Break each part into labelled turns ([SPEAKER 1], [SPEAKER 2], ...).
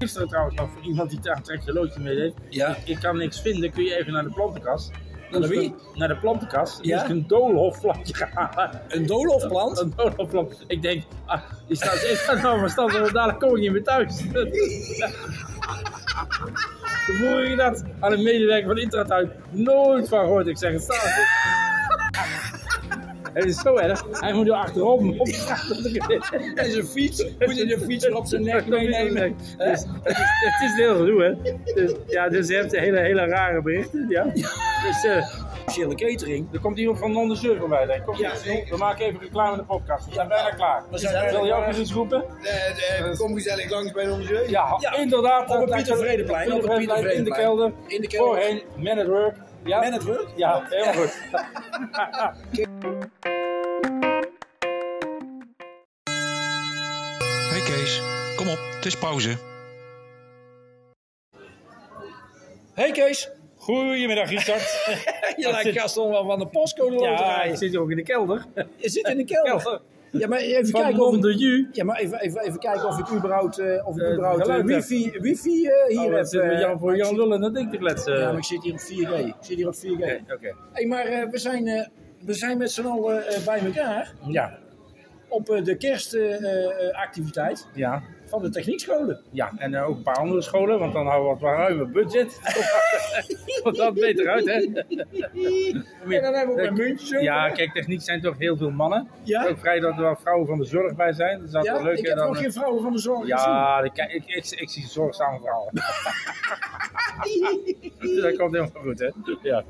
[SPEAKER 1] Is er trouwens nog voor iemand die daar een trekje loodje mee deed?
[SPEAKER 2] Ja.
[SPEAKER 1] Ik, ik kan niks vinden, kun je even naar de plantenkast? Dan
[SPEAKER 2] Naar
[SPEAKER 1] is
[SPEAKER 2] wie?
[SPEAKER 1] een- Naar de plantenkast.
[SPEAKER 2] Ja?
[SPEAKER 1] Ja? Is een doolhofplantje gehalen.
[SPEAKER 2] Een doolhofplant?
[SPEAKER 1] Een doolhofplant. Ik denk, ah, is dat, is dat nou verstandig? Want dadelijk kom ik niet meer thuis. Toen voer ik dat aan een medewerker van Intratuin. Nooit van gehoord. Ik zeg, het staat. Het is zo erg. Hij moet er achterop om de straat dat ik het-
[SPEAKER 2] En zijn fiets, moet je de fiets op zijn nek meenemen. Hè?
[SPEAKER 1] Dus, het, is, het is heel gedoe, hè? Dus, ja, dus je hebt hele, hele rare berichten. Ja. Dus eh,
[SPEAKER 2] Officiële catering.
[SPEAKER 1] er komt iemand van Non de Surfer bij. denk ik. Kom,
[SPEAKER 3] Ja,
[SPEAKER 1] we maken even reclame in de podcast. We zijn bijna klaar.
[SPEAKER 2] We zijn bijna
[SPEAKER 1] Wil je ook
[SPEAKER 2] klaar.
[SPEAKER 1] nog iets roepen?
[SPEAKER 3] Eh, eh, Kom gezellig langs bij ons. hè?
[SPEAKER 1] Ja,
[SPEAKER 2] Ja,
[SPEAKER 1] inderdaad.
[SPEAKER 2] op het
[SPEAKER 1] dat-
[SPEAKER 2] Pieter
[SPEAKER 1] dat-
[SPEAKER 2] Vredeplein,
[SPEAKER 1] Pieter
[SPEAKER 2] op het Pieter
[SPEAKER 1] Vredeplein, In de
[SPEAKER 2] Vredeplein.
[SPEAKER 1] kelder.
[SPEAKER 2] In de kelder.
[SPEAKER 1] Voorheen, Man at Work. Ja.
[SPEAKER 2] Man at Work?
[SPEAKER 1] Ja, heel goed.
[SPEAKER 4] Hey Kees, kom op, het is pauze.
[SPEAKER 2] Hey Kees,
[SPEAKER 1] Goedemiddag, Richard.
[SPEAKER 2] je lijkt Gaston wel van de postcode
[SPEAKER 1] ja, ik
[SPEAKER 2] loterij.
[SPEAKER 1] zit hier ook in de kelder.
[SPEAKER 2] Je zit in de kelder. Ja, maar even
[SPEAKER 1] Van
[SPEAKER 2] kijken of
[SPEAKER 1] Non de
[SPEAKER 2] ik,
[SPEAKER 1] Ju.
[SPEAKER 2] ja, maar even, even, even kijken of ik überhaupt, eh, of ik
[SPEAKER 1] Eh,
[SPEAKER 2] überhaupt eh,
[SPEAKER 1] geluid heb. Oh,
[SPEAKER 2] wifi, wifi eh, hier
[SPEAKER 1] Hier
[SPEAKER 2] heb.
[SPEAKER 1] zitten we
[SPEAKER 2] eh,
[SPEAKER 1] Jan voor
[SPEAKER 2] maar ik
[SPEAKER 1] Jan
[SPEAKER 2] zit-
[SPEAKER 1] Lullen en dat ding te kletsen.
[SPEAKER 2] Ja, maar ik zit hier op 4G. Ik zit hier op 4G.
[SPEAKER 1] Oké, oké.
[SPEAKER 2] Hey, maar eh, we, zijn, eh, we zijn met z'n allen eh, bij elkaar
[SPEAKER 1] Ja,
[SPEAKER 2] op eh, de kerstactiviteit eh,
[SPEAKER 1] ja.
[SPEAKER 2] van de techniekscholen.
[SPEAKER 1] Ja, en eh, ook een paar andere scholen, want dan houden we wat ruimer budget. Komt dat beter uit, hè?
[SPEAKER 2] En dan hebben we ook een muntje.
[SPEAKER 1] Ja, kijk, techniek zijn toch heel veel mannen.
[SPEAKER 2] Ja?
[SPEAKER 1] Ook vrij dat er wel vrouwen van de zorg bij zijn. Dat is altijd
[SPEAKER 2] Ja,
[SPEAKER 1] leuk.
[SPEAKER 2] ik
[SPEAKER 1] hè,
[SPEAKER 2] heb
[SPEAKER 1] dan, eh,
[SPEAKER 2] nog geen vrouwen van de zorg gezien.
[SPEAKER 1] Ja, ik, ik, ik, ik zie zorgzame vrouwen. Dus dat komt helemaal goed, hè? Ja,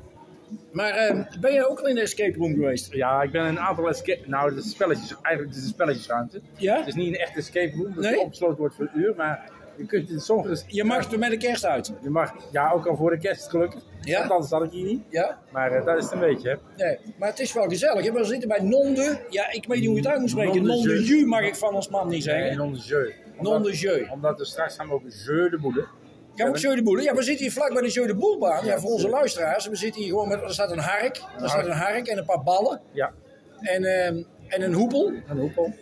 [SPEAKER 2] Maar eh, ben jij ook al in de escape room geweest?
[SPEAKER 1] ja ik ben een aantal escape... Nou, dat is spelletjes. Eigenlijk is het een spelletjesruimte.
[SPEAKER 2] Ja?
[SPEAKER 1] Het is niet een echt escape room, dat
[SPEAKER 2] Nee?
[SPEAKER 1] opgesloten wordt voor een uur. Maar je kunt in sommige...
[SPEAKER 2] Je mag er met de kerst uit.
[SPEAKER 1] Je mag, ja, ook al voor de kerst gelukkig.
[SPEAKER 2] Ja?
[SPEAKER 1] Want anders had ik hier niet.
[SPEAKER 2] Ja?
[SPEAKER 1] Maar eh, dat is het een beetje, hè?
[SPEAKER 2] Nee. Maar het is wel gezellig. hè? We zitten bij Nonde. Ja, ik weet niet hoe je het uit moet spreken.
[SPEAKER 1] Nonde
[SPEAKER 2] Nonde
[SPEAKER 1] Jeu.
[SPEAKER 2] Ju mag ik van ons man niet
[SPEAKER 1] En
[SPEAKER 2] zeggen.
[SPEAKER 1] onder jeu.
[SPEAKER 2] Nonde Jeu.
[SPEAKER 1] Omdat we straks gaan we ook jeu de boede.
[SPEAKER 2] Ja, ook Jeu de Boel. Ja, we zitten hier vlak bij de Jeu de Boelbaan. Ja, voor onze luisteraars. We zitten hier gewoon met... Er staat een hark. Er staat een hark en een paar ballen.
[SPEAKER 1] Ja,
[SPEAKER 2] En, ehm, en een hoepel.
[SPEAKER 1] een hoepel.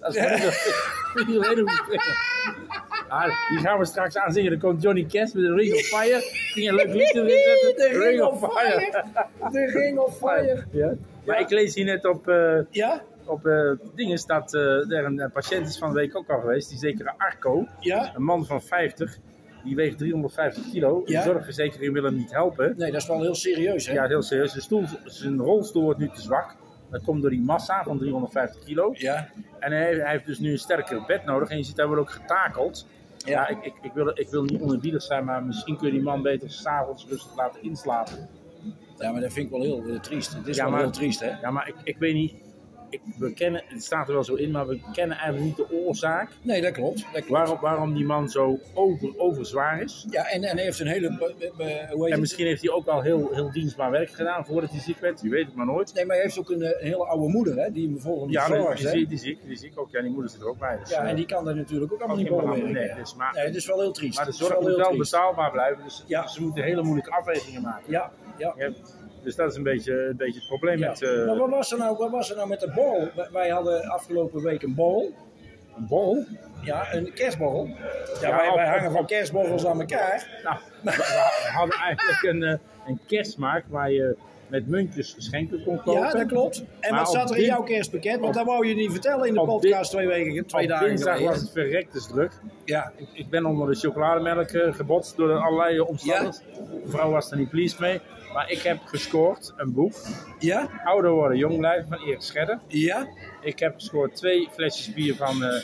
[SPEAKER 1] Dat is wel niet iedereen hoe het is. Ah, die gaan we straks aanzingen. Dan komt Johnny Cash met de Ring of Fire. Kun je een leuk liedje erin zetten?
[SPEAKER 2] De Ring of Fire. De Ring of Fire.
[SPEAKER 1] Ja. Maar ik lees hier net op, eh,
[SPEAKER 2] Ja?
[SPEAKER 1] op eh, dingen dat eh, er een eh, patiënt is van de week ook al geweest. Die zekere Arco.
[SPEAKER 2] Ja?
[SPEAKER 1] Een man van 50. Die weegt 350 kilo.
[SPEAKER 2] Ja.
[SPEAKER 1] De zorgverzekering wil hem niet helpen.
[SPEAKER 2] Nee, dat is wel heel serieus, hè?
[SPEAKER 1] Ja, heel serieus. Zijn, stoel, zijn rolstoel wordt nu te zwak. Dat komt door die massa van 350 kilo.
[SPEAKER 2] Ja.
[SPEAKER 1] En hij, hij heeft dus nu een sterker bed nodig. En je ziet, hij wordt ook getakeld. Ja, ik, ik, ik, wil, ik wil niet onerbiedig zijn, maar misschien kun je die man beter s'avonds rustig laten inslapen.
[SPEAKER 2] Ja, maar dat vind ik wel heel eh, triest. Het is
[SPEAKER 1] Ja,
[SPEAKER 2] wel
[SPEAKER 1] maar-
[SPEAKER 2] heel triest, hè?
[SPEAKER 1] Ja, maar ik, ik weet niet. Ik, we kennen, het staat er wel zo in, maar we kennen eigenlijk niet de oorzaak
[SPEAKER 2] Nee, dat klopt. Dat klopt.
[SPEAKER 1] waarom, waarom die man zo over, overzwaar is.
[SPEAKER 2] Ja, en, en hij heeft een hele... be- be- be- hoe heet
[SPEAKER 1] En
[SPEAKER 2] het?
[SPEAKER 1] misschien heeft hij ook al heel, heel dienstbaar werk gedaan voordat hij ziek werd. Je weet het maar nooit.
[SPEAKER 2] Nee, maar hij heeft ook een, eh, hele oude moeder, hè? Die hem volgens
[SPEAKER 1] Ja,
[SPEAKER 2] ja,
[SPEAKER 1] die, die,
[SPEAKER 2] zorgt, hè?
[SPEAKER 1] zie- die zie ik. Die zie ik ook. Ja, die moeder zit er ook bij. Dus,
[SPEAKER 2] Ja,
[SPEAKER 1] eh,
[SPEAKER 2] en die kan daar natuurlijk ook allemaal
[SPEAKER 1] Ook
[SPEAKER 2] niet
[SPEAKER 1] geen
[SPEAKER 2] boven
[SPEAKER 1] belang.
[SPEAKER 2] werken.
[SPEAKER 1] Nee, dus maar-
[SPEAKER 2] nee, het is wel heel triest.
[SPEAKER 1] Maar de
[SPEAKER 2] Het is
[SPEAKER 1] zorg
[SPEAKER 2] wel
[SPEAKER 1] moet
[SPEAKER 2] heel
[SPEAKER 1] wel
[SPEAKER 2] triest.
[SPEAKER 1] betaalbaar blijven. Dus
[SPEAKER 2] Ja.
[SPEAKER 1] ze moeten hele moeilijke afwegingen maken.
[SPEAKER 2] Ja, ja.
[SPEAKER 1] Ja, Dus dat is een beetje, een beetje het probleem
[SPEAKER 2] Ja.
[SPEAKER 1] met eh,
[SPEAKER 2] Maar wat was, er nou, wat was er nou met de borrel? Wij- Wij hadden afgelopen week een borrel.
[SPEAKER 1] een bol.
[SPEAKER 2] Ja, een kerstborrel. Ja,
[SPEAKER 1] Ja,
[SPEAKER 2] wij, wij
[SPEAKER 1] op-
[SPEAKER 2] hangen van kerstborrels aan elkaar.
[SPEAKER 1] Nou, we, we hadden eigenlijk een, eh, een kerstmarkt waar je met muntjes geschenken kon kopen.
[SPEAKER 2] Ja, dat klopt. En
[SPEAKER 1] Maar
[SPEAKER 2] wat zat
[SPEAKER 1] op
[SPEAKER 2] er in
[SPEAKER 1] dien-
[SPEAKER 2] jouw kerstpakket? Want
[SPEAKER 1] op-
[SPEAKER 2] dat wou je niet vertellen in de
[SPEAKER 1] op
[SPEAKER 2] podcast twee, weken, twee
[SPEAKER 1] Op
[SPEAKER 2] dagen
[SPEAKER 1] dinsdag
[SPEAKER 2] geleden.
[SPEAKER 1] was het verrektes druk.
[SPEAKER 2] Ja,
[SPEAKER 1] Ik, ik ben onder de chocolademelk eh, gebotst door allerlei omstandigheden. De vrouw was er niet pleased mee. Maar ik heb gescoord een boek.
[SPEAKER 2] ja,
[SPEAKER 1] Ouder worden, jong blijven van Erik Scherder.
[SPEAKER 2] ja.
[SPEAKER 1] Ik heb gescoord twee flesjes bier van eh,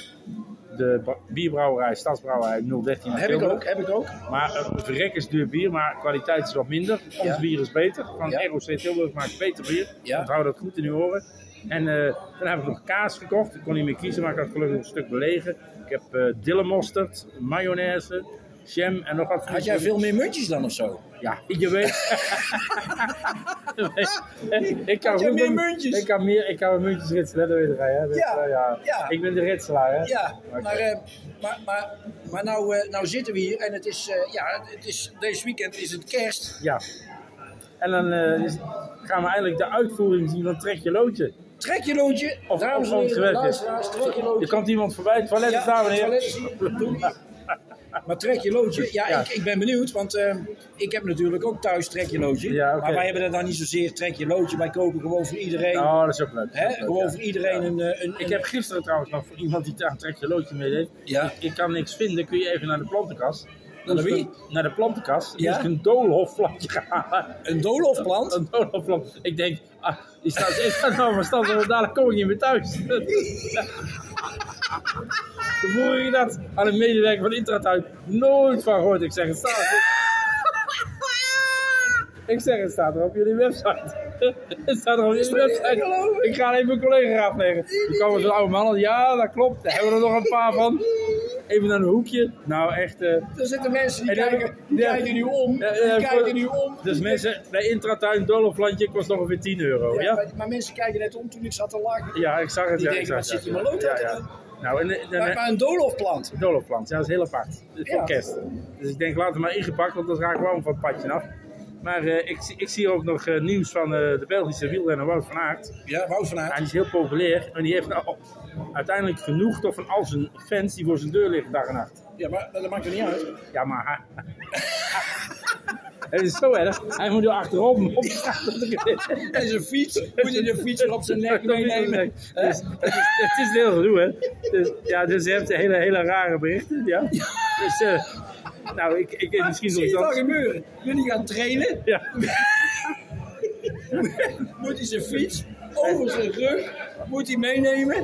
[SPEAKER 1] de ba- bierbrouwerij, stadsbrouwerij 013. uit
[SPEAKER 2] Ah, Heb ik
[SPEAKER 1] Tilburg.
[SPEAKER 2] ook, heb ik ook.
[SPEAKER 1] Maar eh, verrek is duur bier, maar kwaliteit is wat minder. Ons
[SPEAKER 2] Ja.
[SPEAKER 1] bier is beter. Van
[SPEAKER 2] Ja.
[SPEAKER 1] ROC Tilburg maakt beter bier.
[SPEAKER 2] Ja.
[SPEAKER 1] Onthoud dat goed in uw oren. En eh, dan heb ik nog kaas gekocht. Ik kon niet meer kiezen, maar ik had gelukkig nog een stuk belegen. Ik heb eh dillenmosterd, mayonaise, jam en nog wat.
[SPEAKER 2] Had jij veel meer muntjes dan of zo?
[SPEAKER 1] Ja, je weet. ik kan
[SPEAKER 2] Had jij
[SPEAKER 1] goed
[SPEAKER 2] meer
[SPEAKER 1] met-
[SPEAKER 2] muntjes?
[SPEAKER 1] Ik kan meer, ik kan met muntjes ritselen, hè, dat weet jij. Hè? Dat,
[SPEAKER 2] Ja,
[SPEAKER 1] eh,
[SPEAKER 2] ja.
[SPEAKER 1] Ik ben de ritselaar, hè?
[SPEAKER 2] Ja,
[SPEAKER 1] Oké.
[SPEAKER 2] maar, eh, maar, maar, maar nou, eh, nou zitten we hier en het is, eh, ja, het is, deze weekend is het kerst.
[SPEAKER 1] Ja. En dan eh, is- gaan we eigenlijk de uitvoering zien van Trek je loodje.
[SPEAKER 2] Trek je loodje,
[SPEAKER 1] Of-
[SPEAKER 2] dames
[SPEAKER 1] of
[SPEAKER 2] en
[SPEAKER 1] ons
[SPEAKER 2] heren,
[SPEAKER 1] werk is.
[SPEAKER 2] luisteraars, trek je
[SPEAKER 1] Er
[SPEAKER 2] loodje.
[SPEAKER 1] komt iemand voorbij, het toilet is daar
[SPEAKER 2] het
[SPEAKER 1] meneer.
[SPEAKER 2] toilet is hier. Doe niet. Maar trek je loodje. Ja,
[SPEAKER 1] Ja.
[SPEAKER 2] Ik, ik ben benieuwd, want eh, ik heb natuurlijk ook thuis trek je loodje.
[SPEAKER 1] Ja, oké.
[SPEAKER 2] Maar wij hebben dat dan niet zozeer trek je loodje. Wij kopen gewoon voor iedereen,
[SPEAKER 1] Oh, dat is ook leuk.
[SPEAKER 2] hè,
[SPEAKER 1] Dat is leuk,
[SPEAKER 2] gewoon
[SPEAKER 1] ja.
[SPEAKER 2] voor iedereen een, eh, een...
[SPEAKER 1] Ik heb gisteren trouwens nog voor iemand die daar een trekje loodje mee deed.
[SPEAKER 2] Ja.
[SPEAKER 1] Ik, ik kan niks vinden, kun je even naar de plantenkast.
[SPEAKER 2] Naar de
[SPEAKER 1] Moest
[SPEAKER 2] wie?
[SPEAKER 1] een- Naar de plantenkast.
[SPEAKER 2] Ja?
[SPEAKER 1] Ja? Moest ik een doolhofplantje gaan halen.
[SPEAKER 2] een doolhofplant.
[SPEAKER 1] Een doolhofplant. Ik denk, ah, is dat, is dat nou verstandig? Want dadelijk kom ik niet meer thuis. Toen vroeg ik dat aan een medewerker van Intratuin. Nooit van gehoord. Ik zeg, het staat Ik zeg, het staat er op jullie website. het staat er op jullie website. Ik ga even mijn collega raadplegen. Toen kwam er zo'n oude man aan. Ja, dat klopt. Daar hebben we er nog een paar van. Even naar een hoekje. Nou, echt... eh,
[SPEAKER 2] Er zitten mensen die
[SPEAKER 1] En dan-
[SPEAKER 2] kijken, die
[SPEAKER 1] ja.
[SPEAKER 2] kijken nu om. Die
[SPEAKER 1] Ja, ja,
[SPEAKER 2] kijken
[SPEAKER 1] voor-
[SPEAKER 2] nu om.
[SPEAKER 1] Dus mensen, bij Intratuin Doloflandje kost ongeveer 10 euro,
[SPEAKER 2] Ja,
[SPEAKER 1] ja?
[SPEAKER 2] maar, maar mensen kijken net om toen ik zat te lachen.
[SPEAKER 1] Ja, ik zag het.
[SPEAKER 2] Die
[SPEAKER 1] ja,
[SPEAKER 2] denken,
[SPEAKER 1] ik
[SPEAKER 2] wat
[SPEAKER 1] zag
[SPEAKER 2] zit
[SPEAKER 1] het, ja.
[SPEAKER 2] je maar lood
[SPEAKER 1] Ja,
[SPEAKER 2] uit te
[SPEAKER 1] ja.
[SPEAKER 2] doen?
[SPEAKER 1] Nou, en, en,
[SPEAKER 2] Maar, maar een doolhofplant.
[SPEAKER 1] Doloplant, ja, dat is heel apart. Dat is
[SPEAKER 2] Ja.
[SPEAKER 1] voor kerst. Dus ik denk, laat het maar ingepakt, want dan raak ik warm van het padje af. Maar eh, ik, zie- ik zie ook nog eh, nieuws van eh, de Belgische wielrenner Wout van Aert.
[SPEAKER 2] Ja, Wout van
[SPEAKER 1] Hij
[SPEAKER 2] Aert.
[SPEAKER 1] is heel populair en die heeft nou uiteindelijk genoeg toch van al zijn fans die voor zijn deur liggen dag en nacht.
[SPEAKER 2] Ja, maar dat maakt er niet uit.
[SPEAKER 1] Ja, maar hij... Het is zo erg. Hij moet er achterop op
[SPEAKER 2] En zijn fiets, moet je de fiets weer op zijn nek meenemen.
[SPEAKER 1] Dus, het, is, het is heel gedoe, hè? Dus, ja, dus je hebt hele, hele rare berichten, ja. Dus, eh, nou, ik, ik, misschien
[SPEAKER 2] Zie je
[SPEAKER 1] nog
[SPEAKER 2] wat
[SPEAKER 1] dat.
[SPEAKER 2] gebeuren? Jullie gaan trainen,
[SPEAKER 1] Ja,
[SPEAKER 2] moet hij zijn fiets over zijn rug, moet hij meenemen.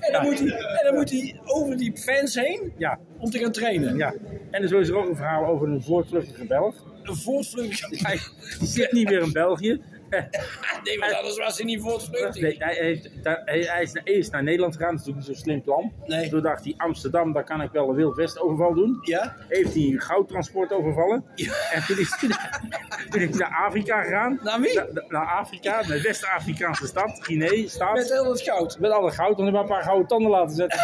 [SPEAKER 2] En dan, moet hij, en dan moet hij over die fans heen
[SPEAKER 1] ja,
[SPEAKER 2] om te gaan trainen.
[SPEAKER 1] ja. En zo is er ook een verhaal over een voortvluchtige Belg.
[SPEAKER 2] Een voortvluchtig.
[SPEAKER 1] Hij zit niet meer in België. Eh,
[SPEAKER 2] Ah, Nee, want anders was hij niet voortvluchtig.
[SPEAKER 1] Nee, hij, heeft, daar- hij, hij is eerst naar Nederland gegaan, dat is natuurlijk niet zo'n slim plan.
[SPEAKER 2] Nee.
[SPEAKER 1] Toen dacht hij, Amsterdam, daar kan ik wel een Wild West overval doen.
[SPEAKER 2] Ja?
[SPEAKER 1] Heeft hij een goudtransport overvallen. En toen is hij naar, toen is hij naar Afrika gegaan.
[SPEAKER 2] Naar wie?
[SPEAKER 1] Na- naar Afrika, naar de West-Afrikaanse stad, Guinea, staat.
[SPEAKER 2] Met heel dat goud.
[SPEAKER 1] Met al dat goud, want hij maar een paar gouden tanden laten zetten.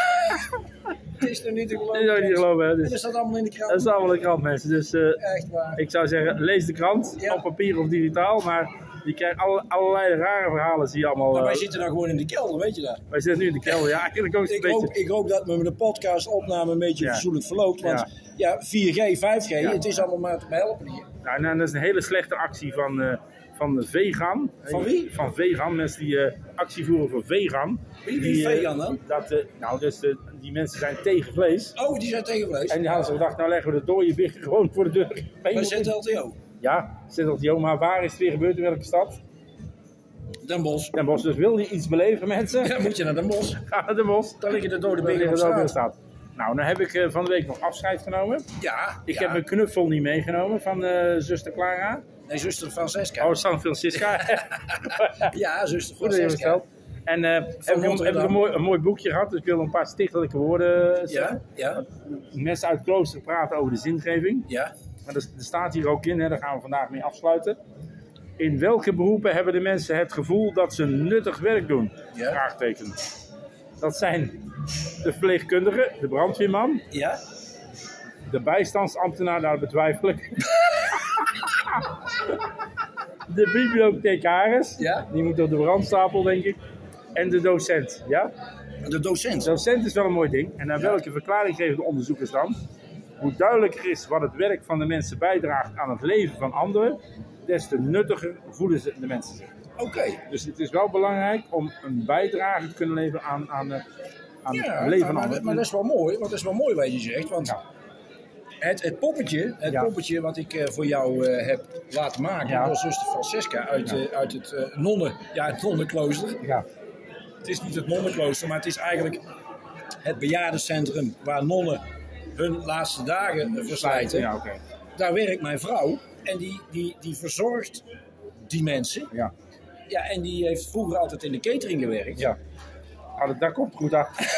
[SPEAKER 2] Het is nog niet te
[SPEAKER 1] Dat
[SPEAKER 2] geloven.
[SPEAKER 1] is ook niet geloven, hè.
[SPEAKER 2] En dat
[SPEAKER 1] Dus,
[SPEAKER 2] staat allemaal in de krant.
[SPEAKER 1] dat is allemaal een krant, mensen. Dus eh,
[SPEAKER 2] Echt waar.
[SPEAKER 1] ik zou zeggen, lees de krant,
[SPEAKER 2] Ja.
[SPEAKER 1] op papier of digitaal. Maar je krijgt alle, allerlei rare verhalen, zie je allemaal.
[SPEAKER 2] Maar wij
[SPEAKER 1] eh,
[SPEAKER 2] zitten nou gewoon in de kelder, weet je dat?
[SPEAKER 1] wij zitten nu in de kelder, ja, eigenlijk ook een
[SPEAKER 2] Ik
[SPEAKER 1] beetje.
[SPEAKER 2] hoop, ik hoop dat met de podcastopname een beetje
[SPEAKER 1] Ja.
[SPEAKER 2] verzoenlijk verloopt. Want ja, 4G, 5G, het is allemaal maar te behelpen hier.
[SPEAKER 1] Nou, en dat is een hele slechte actie van, eh, van Vegan.
[SPEAKER 2] Van wie?
[SPEAKER 1] Van Vegan, mensen die eh, actie voeren voor Vegan.
[SPEAKER 2] Wie- wie is
[SPEAKER 1] eh,
[SPEAKER 2] vegan dan?
[SPEAKER 1] Dat, eh, nou, dus, eh, die mensen zijn tegen vlees.
[SPEAKER 2] Oh, die zijn tegenvlees.
[SPEAKER 1] En die hadden ze gedacht, nou leggen we de dode biggen gewoon voor de deur.
[SPEAKER 2] Bij ZLTO.
[SPEAKER 1] Ja, zit dat joh, maar waar is het weer gebeurd in welke stad?
[SPEAKER 2] Den Bosch.
[SPEAKER 1] Den Bosch, dus wil je iets beleven mensen?
[SPEAKER 2] Dan moet je naar Den Bosch.
[SPEAKER 1] Ga naar Den Bosch.
[SPEAKER 2] Daar liggen de dode
[SPEAKER 1] Dan liggen
[SPEAKER 2] benen
[SPEAKER 1] we
[SPEAKER 2] op
[SPEAKER 1] wel
[SPEAKER 2] straat.
[SPEAKER 1] staat. Nou, dan heb ik eh, van de week nog afscheid genomen.
[SPEAKER 2] Ja,
[SPEAKER 1] Ik
[SPEAKER 2] ja.
[SPEAKER 1] heb mijn knuffel niet meegenomen van eh, zuster Clara.
[SPEAKER 2] Nee, zuster Francesca.
[SPEAKER 1] Oh, San Francisca.
[SPEAKER 2] Ja, zuster
[SPEAKER 1] Goed dat je hem
[SPEAKER 2] Francesca.
[SPEAKER 1] stelt. En eh, heb, ik,
[SPEAKER 2] Rotterdam.
[SPEAKER 1] heb ik een, mooi, een mooi boekje gehad, dus ik wil een paar stichtelijke woorden eh,
[SPEAKER 2] Ja,
[SPEAKER 1] zeggen.
[SPEAKER 2] ja,
[SPEAKER 1] Mensen uit klooster praten over de zingeving.
[SPEAKER 2] ja.
[SPEAKER 1] Maar er, er staat hier ook in, hè, daar gaan we vandaag mee afsluiten. In welke beroepen hebben de mensen het gevoel dat ze nuttig werk doen?
[SPEAKER 2] Ja.
[SPEAKER 1] Vraagteken. Dat zijn de verpleegkundige, de brandweerman,
[SPEAKER 2] Ja?
[SPEAKER 1] de bijstandsambtenaar, nou, dat betwijfel ik. de bibliothecaris,
[SPEAKER 2] Ja.
[SPEAKER 1] die moet op de brandstapel, denk ik. En de docent, ja?
[SPEAKER 2] De docent.
[SPEAKER 1] Docent is wel een mooi ding. En naar welke verklaring geven de onderzoekers dan? Hoe duidelijker is wat het werk van de mensen bijdraagt aan het leven van anderen, des te nuttiger voelen ze de mensen zich.
[SPEAKER 2] Oké.
[SPEAKER 1] Dus het is wel belangrijk om een bijdrage te kunnen leveren aan, aan, eh, aan
[SPEAKER 2] Ja,
[SPEAKER 1] het leven
[SPEAKER 2] maar,
[SPEAKER 1] van
[SPEAKER 2] maar,
[SPEAKER 1] anderen.
[SPEAKER 2] maar dat is wel mooi, want dat is wel mooi wat je zegt. Want
[SPEAKER 1] Ja.
[SPEAKER 2] het, het poppetje, het
[SPEAKER 1] Ja.
[SPEAKER 2] poppetje wat ik eh, voor jou eh, heb laten maken
[SPEAKER 1] Ja.
[SPEAKER 2] door zuster Francesca uit, eh, uit het eh, nonnen, ja, het nonnenklooster.
[SPEAKER 1] Ja,
[SPEAKER 2] Het is niet het nonnenklooster, maar het is eigenlijk het bejaardencentrum waar nonnen hun laatste dagen eh, verslijten.
[SPEAKER 1] ja oké.
[SPEAKER 2] Daar werkt mijn vrouw en die, die, die verzorgt die mensen.
[SPEAKER 1] Ja.
[SPEAKER 2] Ja, en die heeft vroeger altijd in de catering gewerkt.
[SPEAKER 1] Ja. Ah, dat- daar komt goed achter.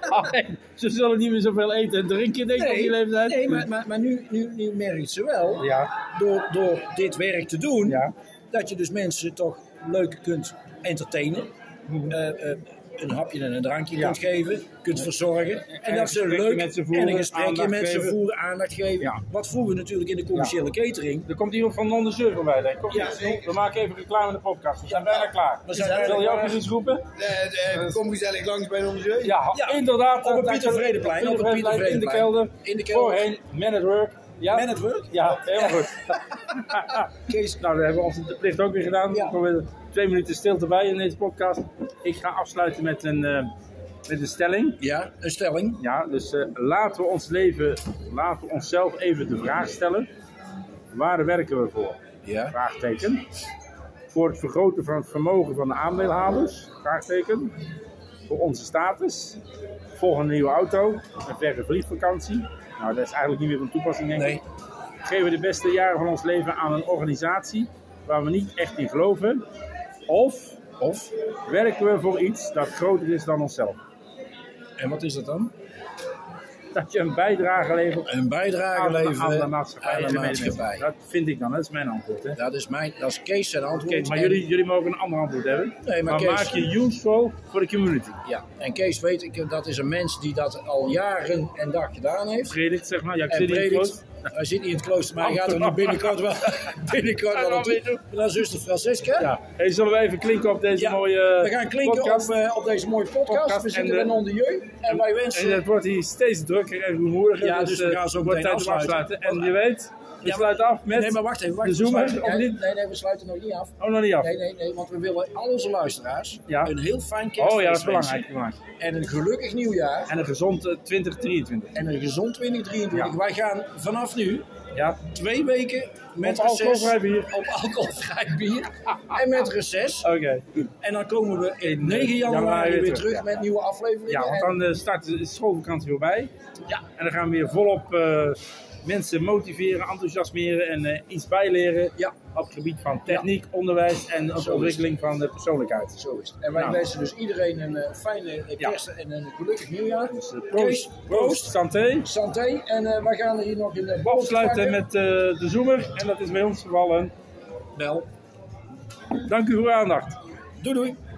[SPEAKER 1] Ah, ze zullen niet meer zoveel eten en drinken, denk ik, op die leeftijd.
[SPEAKER 2] nee maar, maar, maar nu, nu, nu merkt ze wel,
[SPEAKER 1] Ja,
[SPEAKER 2] door, door dit werk te doen,
[SPEAKER 1] ja.
[SPEAKER 2] dat je dus mensen toch leuk kunt entertainen.
[SPEAKER 1] Mhm.
[SPEAKER 2] eh, eh, een hapje en een drankje kunt geven, kunt verzorgen. En, dat ze
[SPEAKER 1] een gesprekje
[SPEAKER 2] leuk
[SPEAKER 1] met ze
[SPEAKER 2] en
[SPEAKER 1] voeren,
[SPEAKER 2] een gesprekje
[SPEAKER 1] aandacht
[SPEAKER 2] met ze
[SPEAKER 1] geven.
[SPEAKER 2] voeren, aandacht geven.
[SPEAKER 1] Ja.
[SPEAKER 2] Wat voeren we natuurlijk in de commerciële catering.
[SPEAKER 1] Er komt iemand van Non de Surfer bij, denk ik. Kom,
[SPEAKER 3] Ja, zeker.
[SPEAKER 1] We maken even reclame in de podcast. We zijn bijna klaar.
[SPEAKER 2] we zijn bijna
[SPEAKER 1] Wil je ook
[SPEAKER 2] klaar.
[SPEAKER 1] eens iets roepen?
[SPEAKER 3] Eh, eh, kom gezellig langs bij ons, hè?
[SPEAKER 1] Ja,
[SPEAKER 2] Ja,
[SPEAKER 1] inderdaad.
[SPEAKER 2] op het
[SPEAKER 1] eh,
[SPEAKER 2] Pieter Vredeplein, op het Pieter
[SPEAKER 1] In de kelder.
[SPEAKER 2] Vredeplein. In de kelder.
[SPEAKER 1] Voorheen, man at work. Ja.
[SPEAKER 2] Man at work?
[SPEAKER 1] Ja, helemaal goed.
[SPEAKER 2] Kees,
[SPEAKER 1] nou, dan hebben we onze plicht ook weer gedaan.
[SPEAKER 2] Ja.
[SPEAKER 1] We proberen twee minuten stilte bij in deze podcast. Ik ga afsluiten met een, eh, met een stelling.
[SPEAKER 2] ja, een stelling.
[SPEAKER 1] Ja, dus eh, laten we ons leven, laten we onszelf even de vraag stellen. Waar werken we voor?
[SPEAKER 2] Ja.
[SPEAKER 1] Vraagteken. Voor het vergroten van het vermogen van de aandeelhouders? Vraagteken. Voor onze status? Volgende nieuwe auto? Een verre vliegvakantie? Nou, dat is eigenlijk niet meer van toepassing, denk ik.
[SPEAKER 2] Nee.
[SPEAKER 1] Geven we de beste jaren van ons leven aan een organisatie waar we niet echt in geloven? Of
[SPEAKER 2] Of?
[SPEAKER 1] werken we voor iets dat groter is dan onszelf?
[SPEAKER 2] En wat is dat dan?
[SPEAKER 1] Dat je een bijdrage levert
[SPEAKER 2] Een bijdrage
[SPEAKER 1] aan de,
[SPEAKER 2] leveren
[SPEAKER 1] aan de maatschappij.
[SPEAKER 2] aan
[SPEAKER 1] en
[SPEAKER 2] de
[SPEAKER 1] de
[SPEAKER 2] maatschappij.
[SPEAKER 1] medemens. Dat vind ik dan, dat is mijn antwoord. Hè?
[SPEAKER 2] Dat is mijn, dat is Kees zijn antwoord.
[SPEAKER 1] Oké, maar
[SPEAKER 2] En-
[SPEAKER 1] jullie, jullie mogen een ander antwoord hebben.
[SPEAKER 2] Nee, maar
[SPEAKER 1] maar
[SPEAKER 2] Kees-
[SPEAKER 1] maak je useful voor de community.
[SPEAKER 2] Ja, en Kees weet ik, dat is een mens die dat al jaren en dag gedaan heeft.
[SPEAKER 1] Predikt, zeg maar. Ja, ik
[SPEAKER 2] En
[SPEAKER 1] zit hier in het
[SPEAKER 2] predikt. Hij zit niet in het klooster, maar hij gaat er nu
[SPEAKER 1] Amper.
[SPEAKER 2] binnenkort wel, binnenkort
[SPEAKER 1] Gaan
[SPEAKER 2] wel
[SPEAKER 1] we
[SPEAKER 2] naartoe.
[SPEAKER 1] weer doen.
[SPEAKER 2] Naar zuster Francisca.
[SPEAKER 1] Ja. Hey, zullen we even klinken op deze
[SPEAKER 2] Ja,
[SPEAKER 1] mooie eh,
[SPEAKER 2] we gaan klinken
[SPEAKER 1] podcast?
[SPEAKER 2] op, eh, op deze mooie podcast.
[SPEAKER 1] Podcast
[SPEAKER 2] we zitten
[SPEAKER 1] en de-
[SPEAKER 2] bij non de jeu. En wij wensen...
[SPEAKER 1] En het wordt hier steeds drukker en rumoeriger.
[SPEAKER 2] Ja, dus we
[SPEAKER 1] eh,
[SPEAKER 2] gaan zo
[SPEAKER 1] wordt
[SPEAKER 2] meteen
[SPEAKER 1] tijd om
[SPEAKER 2] afsluiten. Oh,
[SPEAKER 1] En je weet, we
[SPEAKER 2] Ja,
[SPEAKER 1] sluiten af met...
[SPEAKER 2] nee, maar wacht even. Wacht,
[SPEAKER 1] de
[SPEAKER 2] we
[SPEAKER 1] Zoomer,
[SPEAKER 2] sluiten-
[SPEAKER 1] of
[SPEAKER 2] nee,
[SPEAKER 1] niet?
[SPEAKER 2] nee, nee, we sluiten nog niet af.
[SPEAKER 1] Oh, nog niet af.
[SPEAKER 2] Nee, nee, nee, want we willen al onze luisteraars
[SPEAKER 1] Ja.
[SPEAKER 2] een heel fijn kerstfeest
[SPEAKER 1] oh ja, dat is
[SPEAKER 2] wensen.
[SPEAKER 1] belangrijk. belangrijk.
[SPEAKER 2] En een gelukkig nieuwjaar.
[SPEAKER 1] En een gezond eh, 2023.
[SPEAKER 2] En een gezond 2023.
[SPEAKER 1] Ja.
[SPEAKER 2] Wij gaan vanaf nu
[SPEAKER 1] Ja,
[SPEAKER 2] twee weken met
[SPEAKER 1] Op
[SPEAKER 2] reces.
[SPEAKER 1] alcoholvrij bier.
[SPEAKER 2] Op alcoholvrij bier. en met reces.
[SPEAKER 1] oké.
[SPEAKER 2] En dan komen we in
[SPEAKER 1] januari
[SPEAKER 2] 9 januari
[SPEAKER 1] weer
[SPEAKER 2] weer
[SPEAKER 1] terug,
[SPEAKER 2] terug
[SPEAKER 1] ja.
[SPEAKER 2] met nieuwe afleveringen.
[SPEAKER 1] Ja, want
[SPEAKER 2] En-
[SPEAKER 1] dan eh, start de schoolvakantie voorbij.
[SPEAKER 2] Ja.
[SPEAKER 1] En dan gaan we weer volop eh, mensen motiveren, enthousiasmeren en eh, iets bijleren.
[SPEAKER 2] Ja.
[SPEAKER 1] Op het gebied van techniek, onderwijs en op
[SPEAKER 2] is
[SPEAKER 1] de ontwikkeling van de persoonlijkheid.
[SPEAKER 2] Zo is het. En wij
[SPEAKER 1] Nou.
[SPEAKER 2] wensen dus iedereen een eh, fijne eh,
[SPEAKER 1] Ja.
[SPEAKER 2] kerst en een gelukkig nieuwjaar.
[SPEAKER 1] Dus eh,
[SPEAKER 2] Kees,
[SPEAKER 1] proost, proost, santé.
[SPEAKER 2] Santé. En eh, wij gaan hier nog in de
[SPEAKER 1] We afsluiten met eh, de zoemer en dat is bij ons gevallen.
[SPEAKER 2] Bel.
[SPEAKER 1] Dank u voor uw aandacht.
[SPEAKER 2] Doei doei.